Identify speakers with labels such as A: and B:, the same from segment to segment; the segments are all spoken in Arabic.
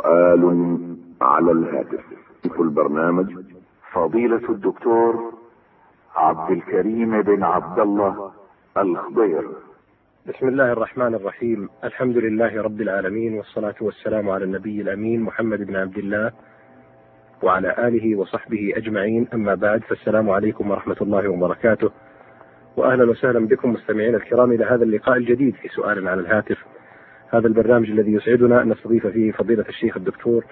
A: سؤال على الهاتف في البرنامج فضيلة الدكتور عبد الكريم بن عبد الله الخضير
B: بسم الله الرحمن الرحيم الحمد لله رب العالمين والصلاة والسلام على النبي الأمين محمد بن عبد الله وعلى آله وصحبه أجمعين أما بعد فالسلام عليكم ورحمة الله وبركاته وأهلا وسهلا بكم مستمعين الكرام إلى هذا اللقاء الجديد في سؤال على الهاتف هذا البرنامج الذي يسعدنا أن نستضيف فيه فضيلة الشيخ الدكتور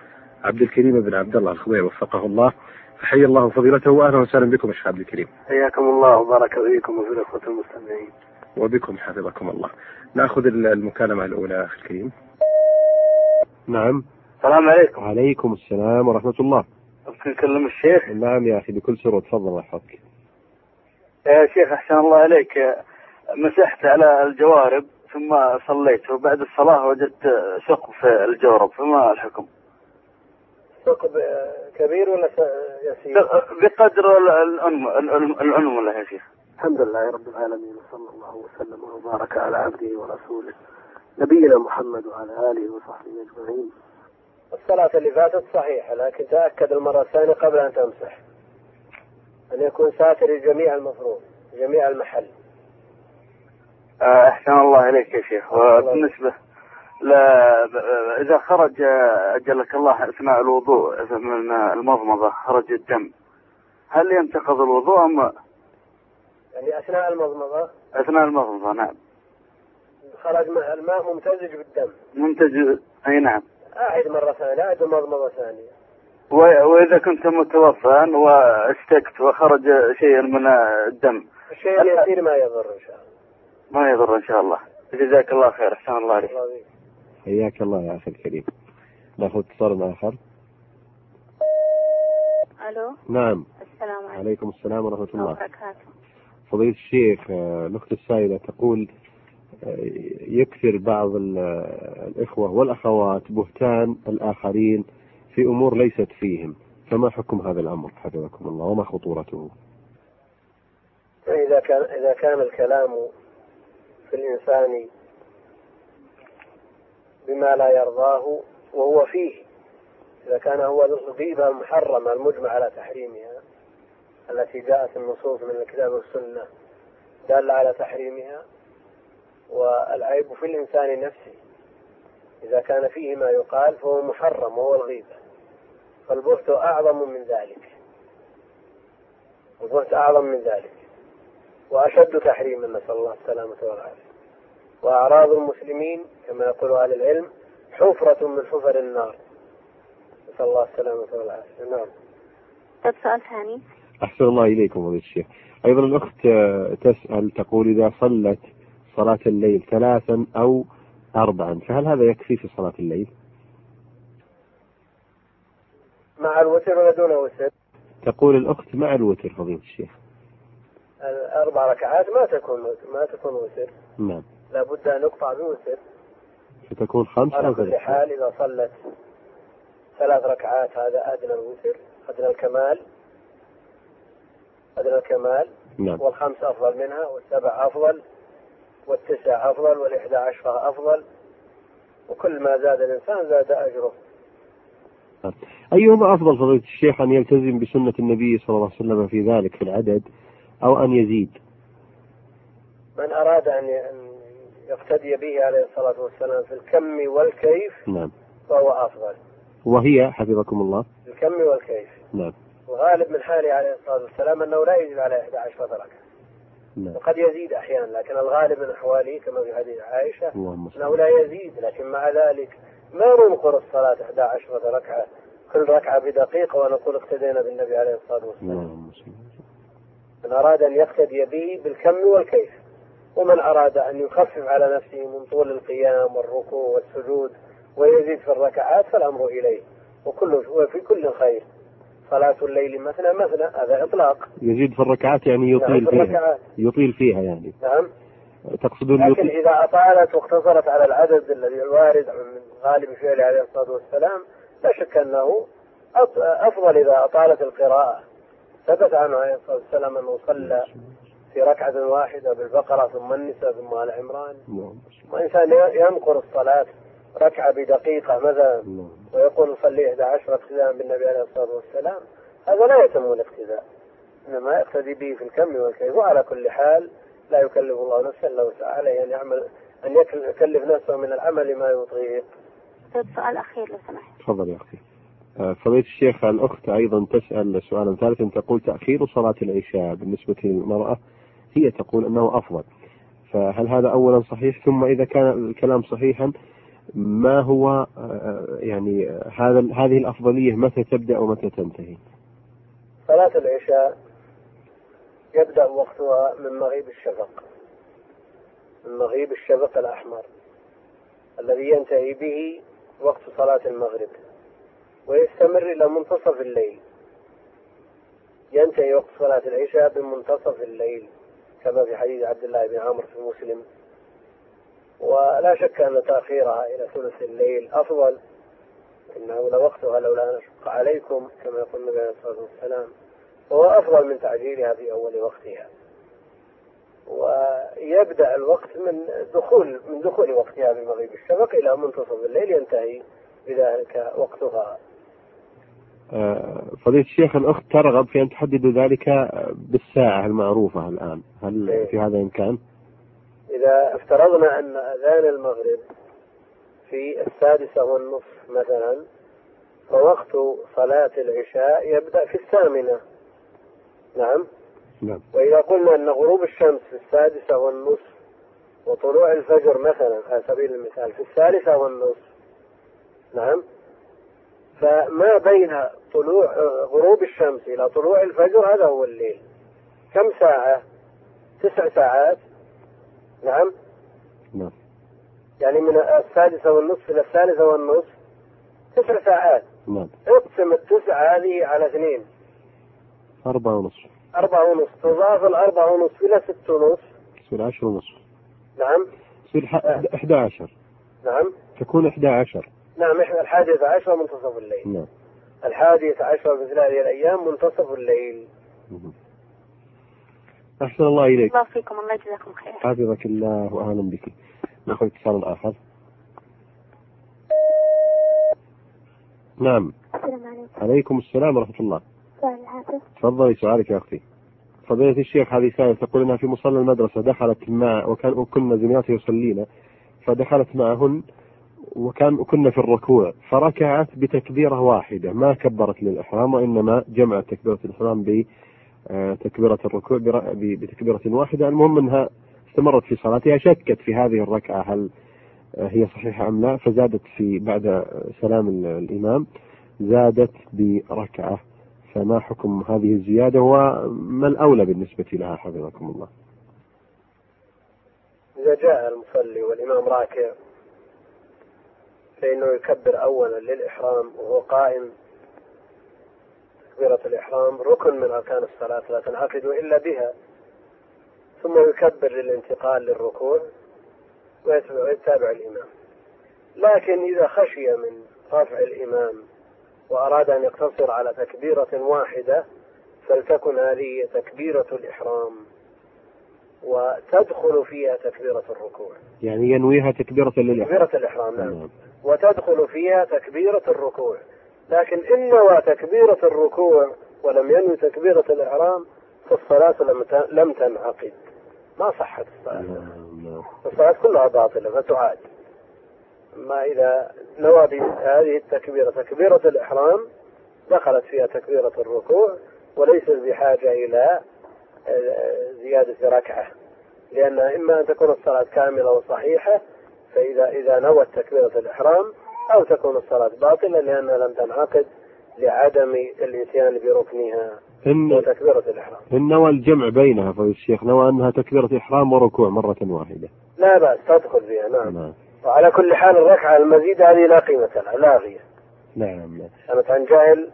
B: عبد الكريم بن عبد الله الخضير وفقه الله فحيا الله فضيلته وأهلا وسهلا بكم الشيخ عبد الكريم
C: حياكم الله وبارك فيكم وفي الأخوة المستمعين
B: وبكم حفظكم الله نأخذ المكالمة الأولى أخي الكريم
D: نعم
C: السلام عليكم
D: وعليكم السلام ورحمة الله
C: أمكن نكلم الشيخ
D: نعم يا أخي بكل سرور تفضل الله يحفظك
C: يا شيخ أحسن الله عليك مسحت على الجوارب ثم صليت وبعد الصلاة وجدت ثقب في الجورب فما الحكم؟
E: ثقب كبير ولا يسير؟
C: بقدر العنملة يا شيخ
E: الحمد لله رب العالمين وصلى الله وسلم وبارك على عبده ورسوله نبينا محمد وعلى آله وصحبه أجمعين الصلاة اللي فاتت صحيحة لكن تأكد المرة الثانية قبل أن تمسح أن يكون ساتر جميع المفروض جميع المحل
C: آه، أحسن الله عليك يا شيخ وبالنسبة لا إذا خرج أجلك الله أثناء الوضوء من المضمضة خرج الدم هل ينتقض الوضوء أم
E: يعني أثناء المضمضة
C: أثناء المضمضة نعم
E: خرج الماء ممتزج بالدم
C: ممتزج أي نعم
E: أعد مرة ثانية أعد المضمضة ثانية
C: وإذا كنت متوفى واشتكت وخرج شيء من الدم
E: الشيء اليسير ما يضر إن شاء الله
C: ما يضر إن شاء الله جزاك الله خير أحسن الله عليك
D: حياك الله يا أخي الكريم ناخذ اتصال آخر
F: ألو
D: نعم
F: السلام عليكم
D: عليكم السلام ورحمة الله
F: وبركاته
D: فضيلة الشيخ آه، الأخت السائلة تقول آه، يكثر بعض ال- آه، الإخوة والأخوات بهتان الآخرين في أمور ليست فيهم فما حكم هذا الأمر حفظكم الله وما خطورته
E: يعني إذا كان إذا كان الكلام في الإنسان بما لا يرضاه وهو فيه إذا كان هو ذو الغيبة المحرمة المجمع على تحريمها التي جاءت النصوص من الكتاب والسنة دالة على تحريمها والعيب في الإنسان نفسه إذا كان فيه ما يقال فهو محرم وهو الغيبة فالبهت أعظم من ذلك البهت أعظم من ذلك وأشد تحريما نسأل الله السلامة والعافية وأعراض المسلمين كما يقول أهل العلم حفرة من حفر النار نسأل الله السلامة والعافية نعم
F: طب طيب، سؤال ثاني
D: أحسن الله إليكم فضيلة الشيخ أيضا الأخت آه، تسأل تقول إذا صلت صلاة الليل ثلاثا أو أربعا فهل هذا يكفي في صلاة الليل
E: مع الوتر ولا دون وتر
D: تقول الأخت مع الوتر فضيلة الشيخ
E: الأربع ركعات ما تكون وتر ما تكون وتر
D: نعم
E: لابد أن يقطع بوتر
D: فتكون خمس
E: على
D: أو
E: كل
D: ثلاثة
E: حال إذا صلت ثلاث ركعات هذا أدنى الوتر أدنى الكمال أدنى الكمال
D: نعم
E: والخمس أفضل منها والسبع أفضل والتسع أفضل والإحدى عشرة أفضل وكل ما زاد الإنسان زاد أجره
D: أيهما أفضل فضيلة الشيخ أن يلتزم بسنة النبي صلى الله عليه وسلم في ذلك في العدد أو أن يزيد
E: من أراد أن أن يقتدي به عليه الصلاة والسلام في الكم والكيف
D: نعم
E: فهو أفضل
D: وهي حفظكم الله
E: الكم والكيف
D: نعم
E: الغالب من حاله عليه الصلاة والسلام أنه لا يجب على 11 ركعة
D: نعم
E: وقد يزيد أحيانا لكن الغالب من أحواله كما في حديث عائشة
D: اللهم
E: أنه
D: صل
E: لا يزيد لكن مع ذلك ما ننقر الصلاة 11 ركعة كل ركعة بدقيقة ونقول اقتدينا بالنبي عليه الصلاة والسلام
D: اللهم صل
E: من أراد أن يقتدي به بالكم والكيف ومن أراد أن يخفف على نفسه من طول القيام والركوع والسجود ويزيد في الركعات فالأمر إليه وكل وفي كل خير صلاة الليل مثنى مثنى هذا إطلاق
D: يزيد في الركعات يعني
E: نعم،
D: يطيل
E: في
D: فيها
E: الركعات
D: يطيل فيها يعني
E: نعم
D: تقصدون
E: لكن
D: يطيل
E: إذا أطالت واقتصرت على العدد الذي الوارد من غالب فعله عليه الصلاة والسلام لا شك أنه أط- أفضل إذا أطالت القراءة ثبت عنه عليه الصلاة والسلام أنه صلى في ركعة واحدة بالبقرة ثم النساء ثم آل عمران
D: نعم، اللهم صل
E: وإنسان ي- ينقر الصلاة ركعة بدقيقة مثلا
D: نعم
E: ويقول صلي 11 اقتداء بالنبي عليه الصلاة والسلام هذا لا يتم الاقتداء إنما يقتدي به في الكم والكيف وعلى كل حال لا يكلف الله نفسا إلا وسعها عليه أن يعمل أن يكل- يكلف نفسه من العمل ما يطيق
F: أستاذ طيب، سؤال أخير لو سمحت
D: تفضل يا اختي. آه، فضيلة الشيخ الأخت أيضا تسأل سؤالا ثالثا تقول تأخير صلاة العشاء بالنسبة للمرأة هي تقول أنه أفضل فهل هذا أولا صحيح ثم إذا كان الكلام صحيحا ما هو آه، يعني آه، هذا هذه الأفضلية متى تبدأ ومتى تنتهي؟
E: صلاة العشاء يبدأ وقتها من مغيب الشفق من مغيب الشفق الأحمر الذي ينتهي به وقت صلاة المغرب ويستمر إلى منتصف الليل ينتهي وقت صلاة العشاء بمنتصف الليل كما في حديث عبد الله بن عمرو في مسلم ولا شك أن تأخيرها إلى ثلث الليل أفضل إنه لوقتها لولا أن أشق عليكم كما يقول النبي عليه الصلاة والسلام وهو أفضل من تعجيلها في أول وقتها ويبدأ الوقت من دخول من دخول وقتها بمغيب الشفق إلى منتصف الليل ينتهي بذلك وقتها
D: آه، فضيلة الشيخ الأخت ترغب في أن تحدد ذلك آه، بالساعة المعروفة الآن هل في هذا إمكان؟
E: إذا افترضنا أن أذان المغرب في السادسة والنصف مثلا فوقت صلاة العشاء يبدأ في الثامنة نعم
D: نعم
E: وإذا قلنا أن غروب الشمس في السادسة والنصف وطلوع الفجر مثلا على سبيل المثال في الثالثة والنصف نعم فما بين طلوع غروب الشمس إلى طلوع الفجر هذا هو الليل كم ساعة؟ تسع ساعات نعم
D: نعم
E: يعني من السادسة والنصف إلى الثالثة والنصف تسع ساعات
D: نعم
E: اقسم التسعة هذه على اثنين
D: أربعة ونصف
E: أربعة ونصف تضاف الأربعة ونصف إلى ست ونصف
D: تصير عشرة ونصف
E: نعم
D: تصير ح- 11
E: نعم
D: تكون 11
E: نعم احنا الحادية عشرة منتصف الليل
D: نعم
E: الحادية عشرة مثل هذه الأيام منتصف الليل
D: مهم. أحسن الله إليك
F: الله فيكم الله يجزاكم خير
D: حفظك الله وأهلا بك نأخذ اتصال آخر نعم
F: السلام عليكم
D: عليكم السلام ورحمة الله
F: سؤال الهاتف
D: تفضلي سؤالك يا أختي فضيلة الشيخ هذه سائل تقول أنها في مصلى المدرسة دخلت مع وكان وكنا زميلاتها يصلينا فدخلت معهن وكان وكنا في الركوع فركعت بتكبيرة واحدة ما كبرت للإحرام وإنما جمعت تكبيرة الإحرام بتكبيرة الركوع بر- ب- بتكبيرة واحدة المهم أنها استمرت في صلاتها شكت في هذه الركعة هل آه، هي صحيحة أم لا فزادت في بعد آه، سلام ال- الإمام زادت بركعة فما حكم هذه الزيادة وما الأولى بالنسبة لها حفظكم الله
E: إذا جاء المصلي والإمام راكع فإنه يكبر أولا للإحرام وهو قائم تكبيرة الإحرام ركن من أركان الصلاة لا تنعقد إلا بها ثم يكبر للانتقال للركوع ويتبع ويتابع الإمام لكن إذا خشي من رفع الإمام وأراد أن يقتصر على تكبيرة واحدة فلتكن هذه تكبيرة الإحرام وتدخل فيها تكبيرة الركوع
D: يعني ينويها تكبيرة للإحرام
E: تكبيرة الإحرام نعم
D: نعم.
E: وتدخل فيها تكبيرة الركوع لكن إن نوى تكبيرة الركوع ولم ينوي تكبيرة الإحرام فالصلاة لم ت- لم تنعقد ما صحت الصلاة
D: نعم، نعم.
E: الصلاة كلها باطلة فتعاد أما إذا نوى بهذه التكبيرة تكبيرة الإحرام دخلت فيها تكبيرة الركوع وليس بحاجة إلى آه، زيادة ركعة لأنها إما أن تكون الصلاة كاملة وصحيحة فإذا إذا نوت تكبيرة الإحرام أو تكون الصلاة باطلة لأنها لم تنعقد لعدم الإتيان بركنها
D: إن
E: وتكبيرة الإحرام
D: إن نوى الجمع بينها فضيلة الشيخ نوى أنها تكبيرة إحرام وركوع مرة واحدة
E: لا بأس تدخل فيها نعم
D: نعم
E: وعلى كل حال الركعة المزيدة هذه لا قيمة لها لاغية
D: نعم نعم.
E: كانت عن جهل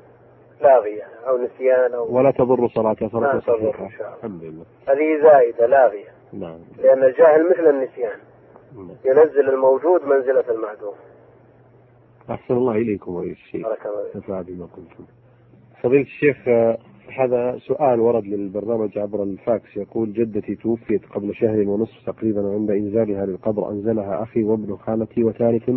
E: لاغية أو نسيان أو
D: ولا تضر صلاتها صلاة
E: نعم، تضر إن شاء
D: صحيحة
E: الله.
D: الحمد لله
E: هذه زائدة لاغية
D: نعم
E: لأن الجاهل مثل النسيان
D: نعم.
E: ينزل الموجود منزلة المعدوم
D: أحسن الله إليكم فضيلة الشيخ
E: بارك الله فيك.
D: نفع بما قلتم فضيلة الشيخ آه، هذا سؤال ورد للبرنامج عبر الفاكس يقول جدتي توفيت قبل شهر ونصف تقريبا وعند إنزالها للقبر أنزلها أخي وابن خالتي وثالث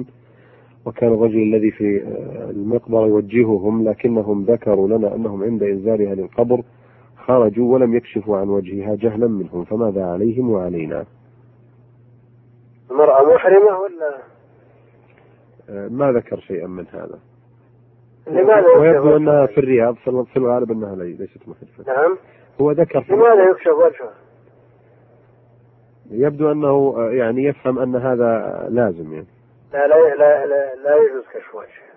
D: وكان الرجل الذي في آه، المقبرة يوجههم لكنهم ذكروا لنا أنهم عند إنزالها للقبر خرجوا ولم يكشفوا عن وجهها جهلا منهم فماذا عليهم وعلينا
E: المرأة محرمة ولا
D: آه، ما ذكر شيئا من هذا
E: لماذا يكشف
D: ويبدو أنها في
E: وجهها؟
D: الرياض في في الغالب أنها لي- ليست محرفة
E: نعم
D: هو ذكر في
E: لماذا يكشف وجهها؟
D: يبدو أنه آه، يعني يفهم أن هذا لازم يعني
E: لا لا لا لا, لا يجوز كشف وجهه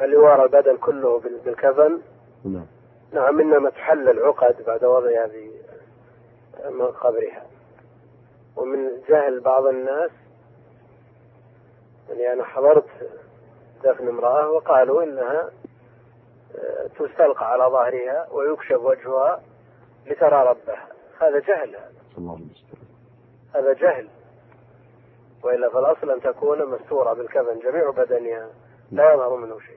E: بل يوارى البدن كله بال- بالكفن
D: نعم
E: نعم انما تحل العقد بعد وضعها في من قبرها ومن جهل بعض الناس يعني انا حضرت دفن امراه وقالوا انها آه، تستلقى على ظهرها ويكشف وجهها لترى ربها هذا جهل هذا
D: الله المستعان
E: هذا جهل والا فالاصل ان تكون مستوره بالكفن جميع بدنها لا يظهر منه شيء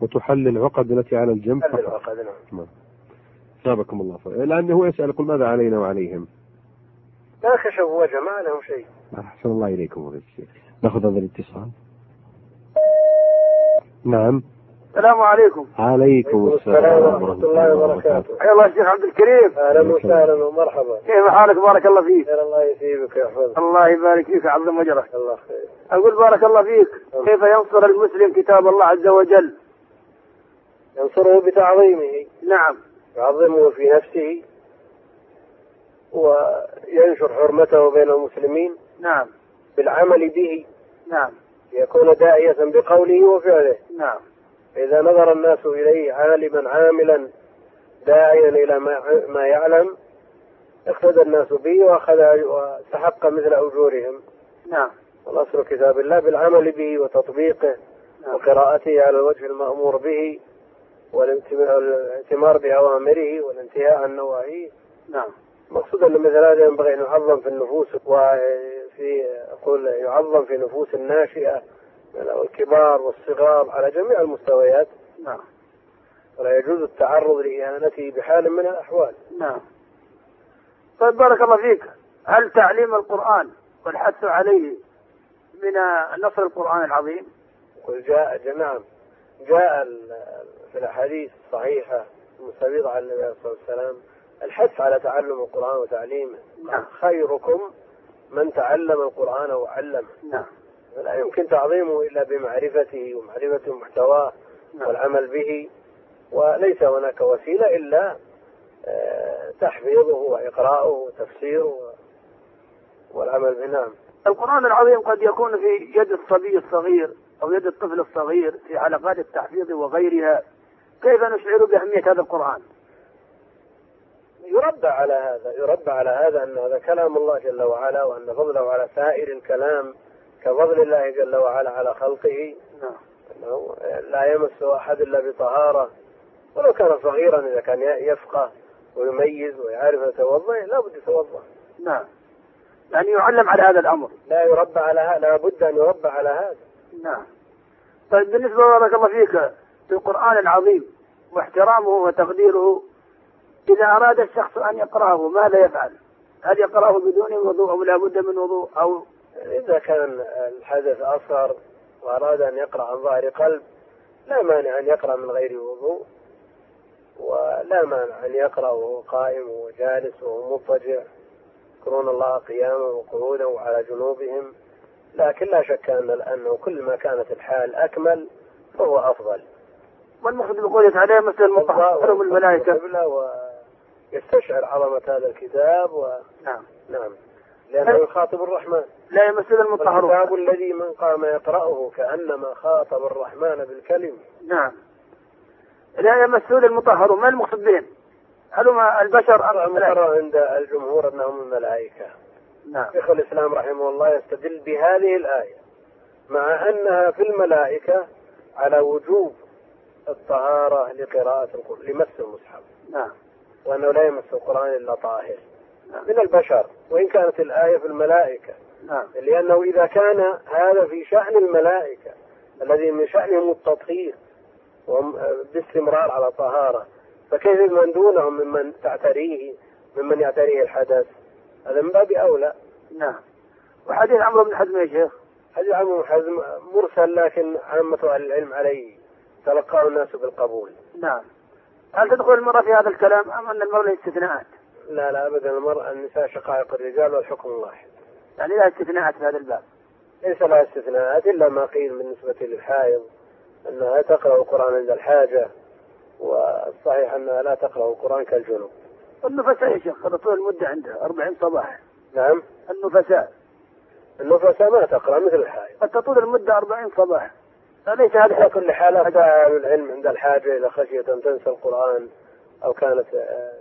D: وتحل العقد التي على الجنب
E: هل
D: فقط
E: العقد نعم
D: سابكم الله خير الآن هو يسأل يقول ماذا علينا وعليهم
E: لا كشف وجه ما لهم شيء
D: أحسن الله إليكم وبارك فيك. نأخذ هذا الاتصال نعم
C: السلام عليكم
D: عليكم السلام ورحمة الله وبركاته
C: حيا الله الشيخ عبد الكريم
E: اهلا وسهلا ومرحبا
C: كيف حالك بارك الله فيك
E: خير الله يثيبك ويحفظك
C: الله يبارك فيك ويعظم اجرك
E: الله خير
C: اقول بارك الله فيك كيف ينصر المسلم كتاب الله عز وجل
E: ينصره بتعظيمه
C: نعم
E: يعظمه في نفسه وينشر حرمته بين المسلمين
C: نعم
E: بالعمل به
C: نعم
E: ليكون داعية بقوله وفعله
C: نعم
E: فإذا نظر الناس إليه عالما عاملا داعيا إلى ما ما يعلم اقتدى الناس به وأخذ وسحق مثل أجورهم
C: نعم
E: والأصل كتاب الله بالعمل به وتطبيقه
C: نعم.
E: وقراءته على الوجه المأمور به والاعتمار والاعتمار بأوامره والانتهاء عن نواهيه
C: نعم
E: مقصود أن مثل هذا ينبغي أن يعظم في النفوس وفي أقول يعظم في نفوس الناشئة الكبار والصغار على جميع المستويات
C: نعم
E: ولا يجوز التعرض لإهانته بحال من الأحوال
C: نعم طيب بارك الله فيك هل تعليم القرآن والحث عليه من نصر القرآن العظيم
E: قل جاء نعم جاء ال- في الأحاديث الصحيحة المستفيضة عن النبي عليه الصلاة والسلام الحث على تعلم القرآن وتعليمه
C: نعم.
E: خيركم من تعلم القرآن وعلمه
C: نعم
E: فلا يمكن تعظيمه إلا بمعرفته ومعرفة محتواه
C: نعم
E: والعمل به وليس هناك وسيلة إلا آه، تحفيظه وإقراءه وتفسيره والعمل به نعم
C: القرآن العظيم قد يكون في يد الصبي الصغير أو يد الطفل الصغير في حلقات التحفيظ وغيرها كيف نشعر بأهمية هذا القرآن
E: يربى على هذا يربى على هذا أن هذا كلام الله جل وعلا وأن فضله على سائر الكلام كفضل الله جل وعلا على خلقه
C: نعم
E: أنه لا يمس أحد إلا بطهارة ولو كان صغيرا إذا كان يفقه ويميز ويعرف يتوضأ لا بد يتوضأ
C: نعم يعني يعلم على هذا الأمر
E: لا يربى على هذا لا بد أن يربى على هذا
C: نعم طيب بالنسبة بارك الله فيك للقرآن العظيم واحترامه وتقديره إذا أراد الشخص أن يقرأه ماذا يفعل؟ هل يقرأه بدون وضوء أو لا بد من وضوء أو
E: إذا كان الحدث أصغر وأراد أن يقرأ عن ظهر قلب لا مانع أن يقرأ من غير وضوء ولا مانع أن يقرأ وهو قائم وهو جالس وهو مضطجع يذكرون الله قياما وقعودا وعلى جنوبهم لكن لا شك أن أنه كل ما كانت الحال أكمل فهو أفضل
C: والمقصود بقوله تعالى مثل المطهر والملائكة
E: ويستشعر عظمة هذا الكتاب و...
C: نعم
E: نعم لأنه يخاطب الرحمن
C: لا يمثل المطهرون
E: والكتاب الذي من قام يقرأه كأنما خاطب الرحمن بالكلم
C: نعم لا يمثل المطهرون ما المقصود بهم؟ هل هم البشر أم الملائكة؟
E: المقرر عند الجمهور أنهم الملائكة
C: نعم
E: شيخ الإسلام رحمه الله يستدل بهذه الآية مع أنها في الملائكة على وجوب الطهارة لقراءة القرآن لمس المصحف
C: نعم
E: وأنه لا يمس القرآن إلا طاهر
C: نعم.
E: من البشر وإن كانت الآية في الملائكة
C: نعم
E: لأنه إذا كان هذا في شأن الملائكة الذي من شأنهم التطهير وهم باستمرار على طهارة فكيف من دونهم ممن تعتريه ممن يعتريه الحدث هذا من باب أولى
C: نعم وحديث عمرو بن حزم يا شيخ
E: حديث عمرو بن حزم مرسل لكن عامة أهل العلم عليه تلقاه الناس بالقبول
G: نعم هل تدخل المرأة في هذا الكلام أم أن المرأة لها استثناءات؟
E: لا لا أبدا المرأة النساء شقائق الرجال والحكم واحد
G: يعني لها استثناءات في هذا الباب
E: ليس لها استثناءات إلا ما قيل بالنسبة للحائض أنها تقرأ القرآن عند الحاجة والصحيح أنها لا تقرأ القرآن كالجنوب
G: النفساء يا شيخ هذا طول المدة عنده 40 صباح
E: نعم
G: النفساء
E: النفساء ما تقرأ مثل الحائض
G: حتى طول المدة 40 صباح أليس هذا
E: على
G: حكم
E: كل حال أفتى أهل العلم عند الحاجة إذا خشيت أن تنسى القرآن أو كانت آه،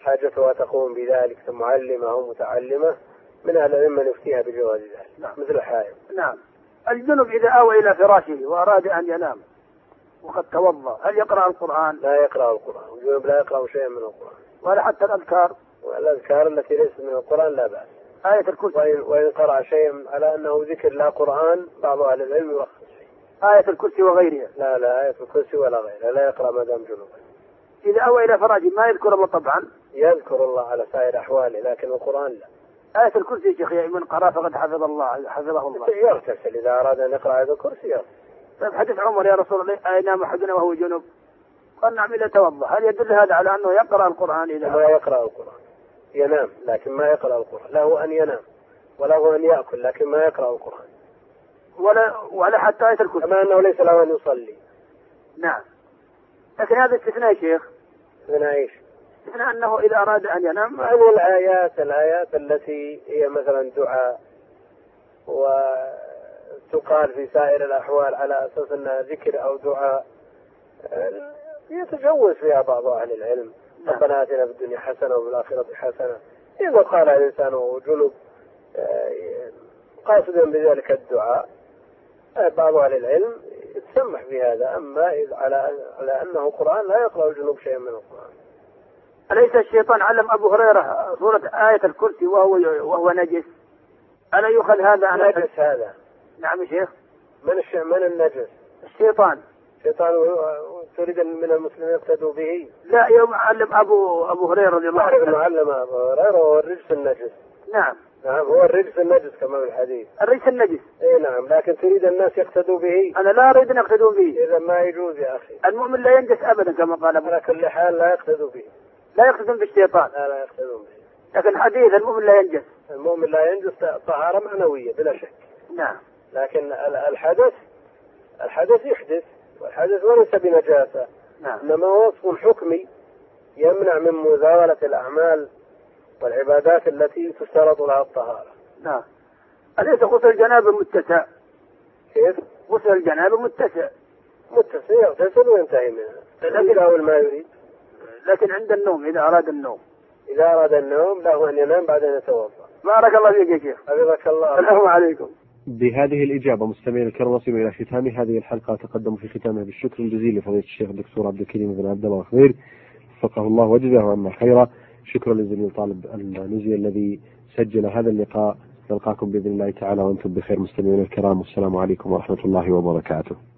E: حاجتها تقوم بذلك معلمة أو متعلمة من أهل العلم من يفتيها بجواز ذلك
G: نعم.
E: مثل الحائض
G: نعم الجنب إذا آوى إلى فراشه وأراد أن ينام وقد توضأ هل يقرأ القرآن
E: لا يقرأ القرآن والجنوب لا يقرأ شيئا من القرآن
G: ولا حتى الأذكار
E: والأذكار التي ليست من القرآن لا بأس
G: آية الكرسي
E: وإن, وإن قرأ شيئا على أنه ذكر لا قرآن بعض أهل العلم يرخص فيه
G: آية الكرسي وغيرها
E: لا لا آية الكرسي ولا غيرها لا يقرأ ما دام جنوبا
G: إذا آوى إلى فراشه ما يذكر الله طبعا
E: يذكر الله على سائر أحواله لكن القرآن لا
G: آية الكرسي يا شيخ يعني من قرأ فقد حفظ الله حفظه الله
E: يغتسل إذا أراد أن يقرأ آية الكرسي يغتسل
G: طيب حديث عمر يا رسول الله أينام أحدنا وهو جنب قال نعم إذا توضأ هل يدل هذا على أنه يقرأ القرآن إذا
E: ما يقرأ القرآن ينام لكن ما يقرأ القرآن له أن ينام وله أن يأكل لكن ما يقرأ القرآن
G: ولا ولا حتى آية الكرسي
E: كما أنه ليس له أن يصلي
G: نعم لكن هذا استثناء يا شيخ
E: من أيش
G: استثناء أنه إذا أراد أن ينام
E: عن الآيات الآيات التي هي مثلا دعاء وتقال في سائر الأحوال على أساس أنها ذكر أو دعاء آه، يتجوز فيها بعض أهل العلم
G: نعم.
E: ربنا آتنا في الدنيا حسنة وفي الآخرة حسنة إذا قال الإنسان وهو جنب آه، قاصدا بذلك الدعاء آه، بعض أهل العلم يتسمح بهذا أما إذ على على أنه قرآن لا يقرأ الجنوب شيئا من القرآن
G: أليس الشيطان علم أبو هريرة سورة آية الكرسي وهو وهو نجس ألا يؤخذ هذا عن
E: نجس هذا
G: نعم يا شيخ
E: من الش... من النجس
G: الشيطان
E: شيطان و- تريد أن من المسلمين يقتدوا به
G: لا يوم علم أبو أبو هريرة رضي الله
E: يعرف
G: عنه
E: المعلم أبا هريرة هو الرجس النجس
G: نعم
E: نعم هو الرجس النجس كما في الحديث
G: الرجس النجس
E: اي نعم لكن تريد الناس يقتدوا به
G: أنا لا أريد أن يقتدون به
E: اذا ما يجوز يا اخي
G: المؤمن لا ينجس أبدا كما قال أبو
E: على كل حال لا يقتدوا به
G: لا يقتدون بالشيطان
E: لا لا يقتدون به
G: لكن حديث المؤمن لا ينجس
E: المؤمن لا ينجس طهارة معنوية بلا شك
G: نعم
E: لكن ال- الحدث الحدث يحدث والحدث وليس بنجاسة
G: نعم
E: إنما وصف حكمي يمنع من مزاولة الأعمال والعبادات التي تشترط لها الطهارة
G: نعم أليس غسل الجنابة متسع
E: كيف؟
G: غسل الجنابة متسع
E: متسع يغتسل وينتهي منها لكن له ما يريد
G: لكن عند النوم إذا أراد النوم
E: إذا أراد النوم له أن ينام بعد أن يتوضأ
G: بارك الله فيك يا شيخ
E: حفظك الله
G: السلام عليكم
D: بهذه الإجابة مستمعينا الكرام وصلنا إلى ختام هذه الحلقة تقدم في ختامها بالشكر الجزيل لفضيلة الشيخ الدكتور عبد الكريم بن عبد الله الخضير وفقه الله وجزاه عنا خيرا شكرا لزميل طالب العنزي الذي سجل هذا اللقاء نلقاكم بإذن الله تعالى وأنتم بخير مستمعينا الكرام والسلام عليكم ورحمة الله وبركاته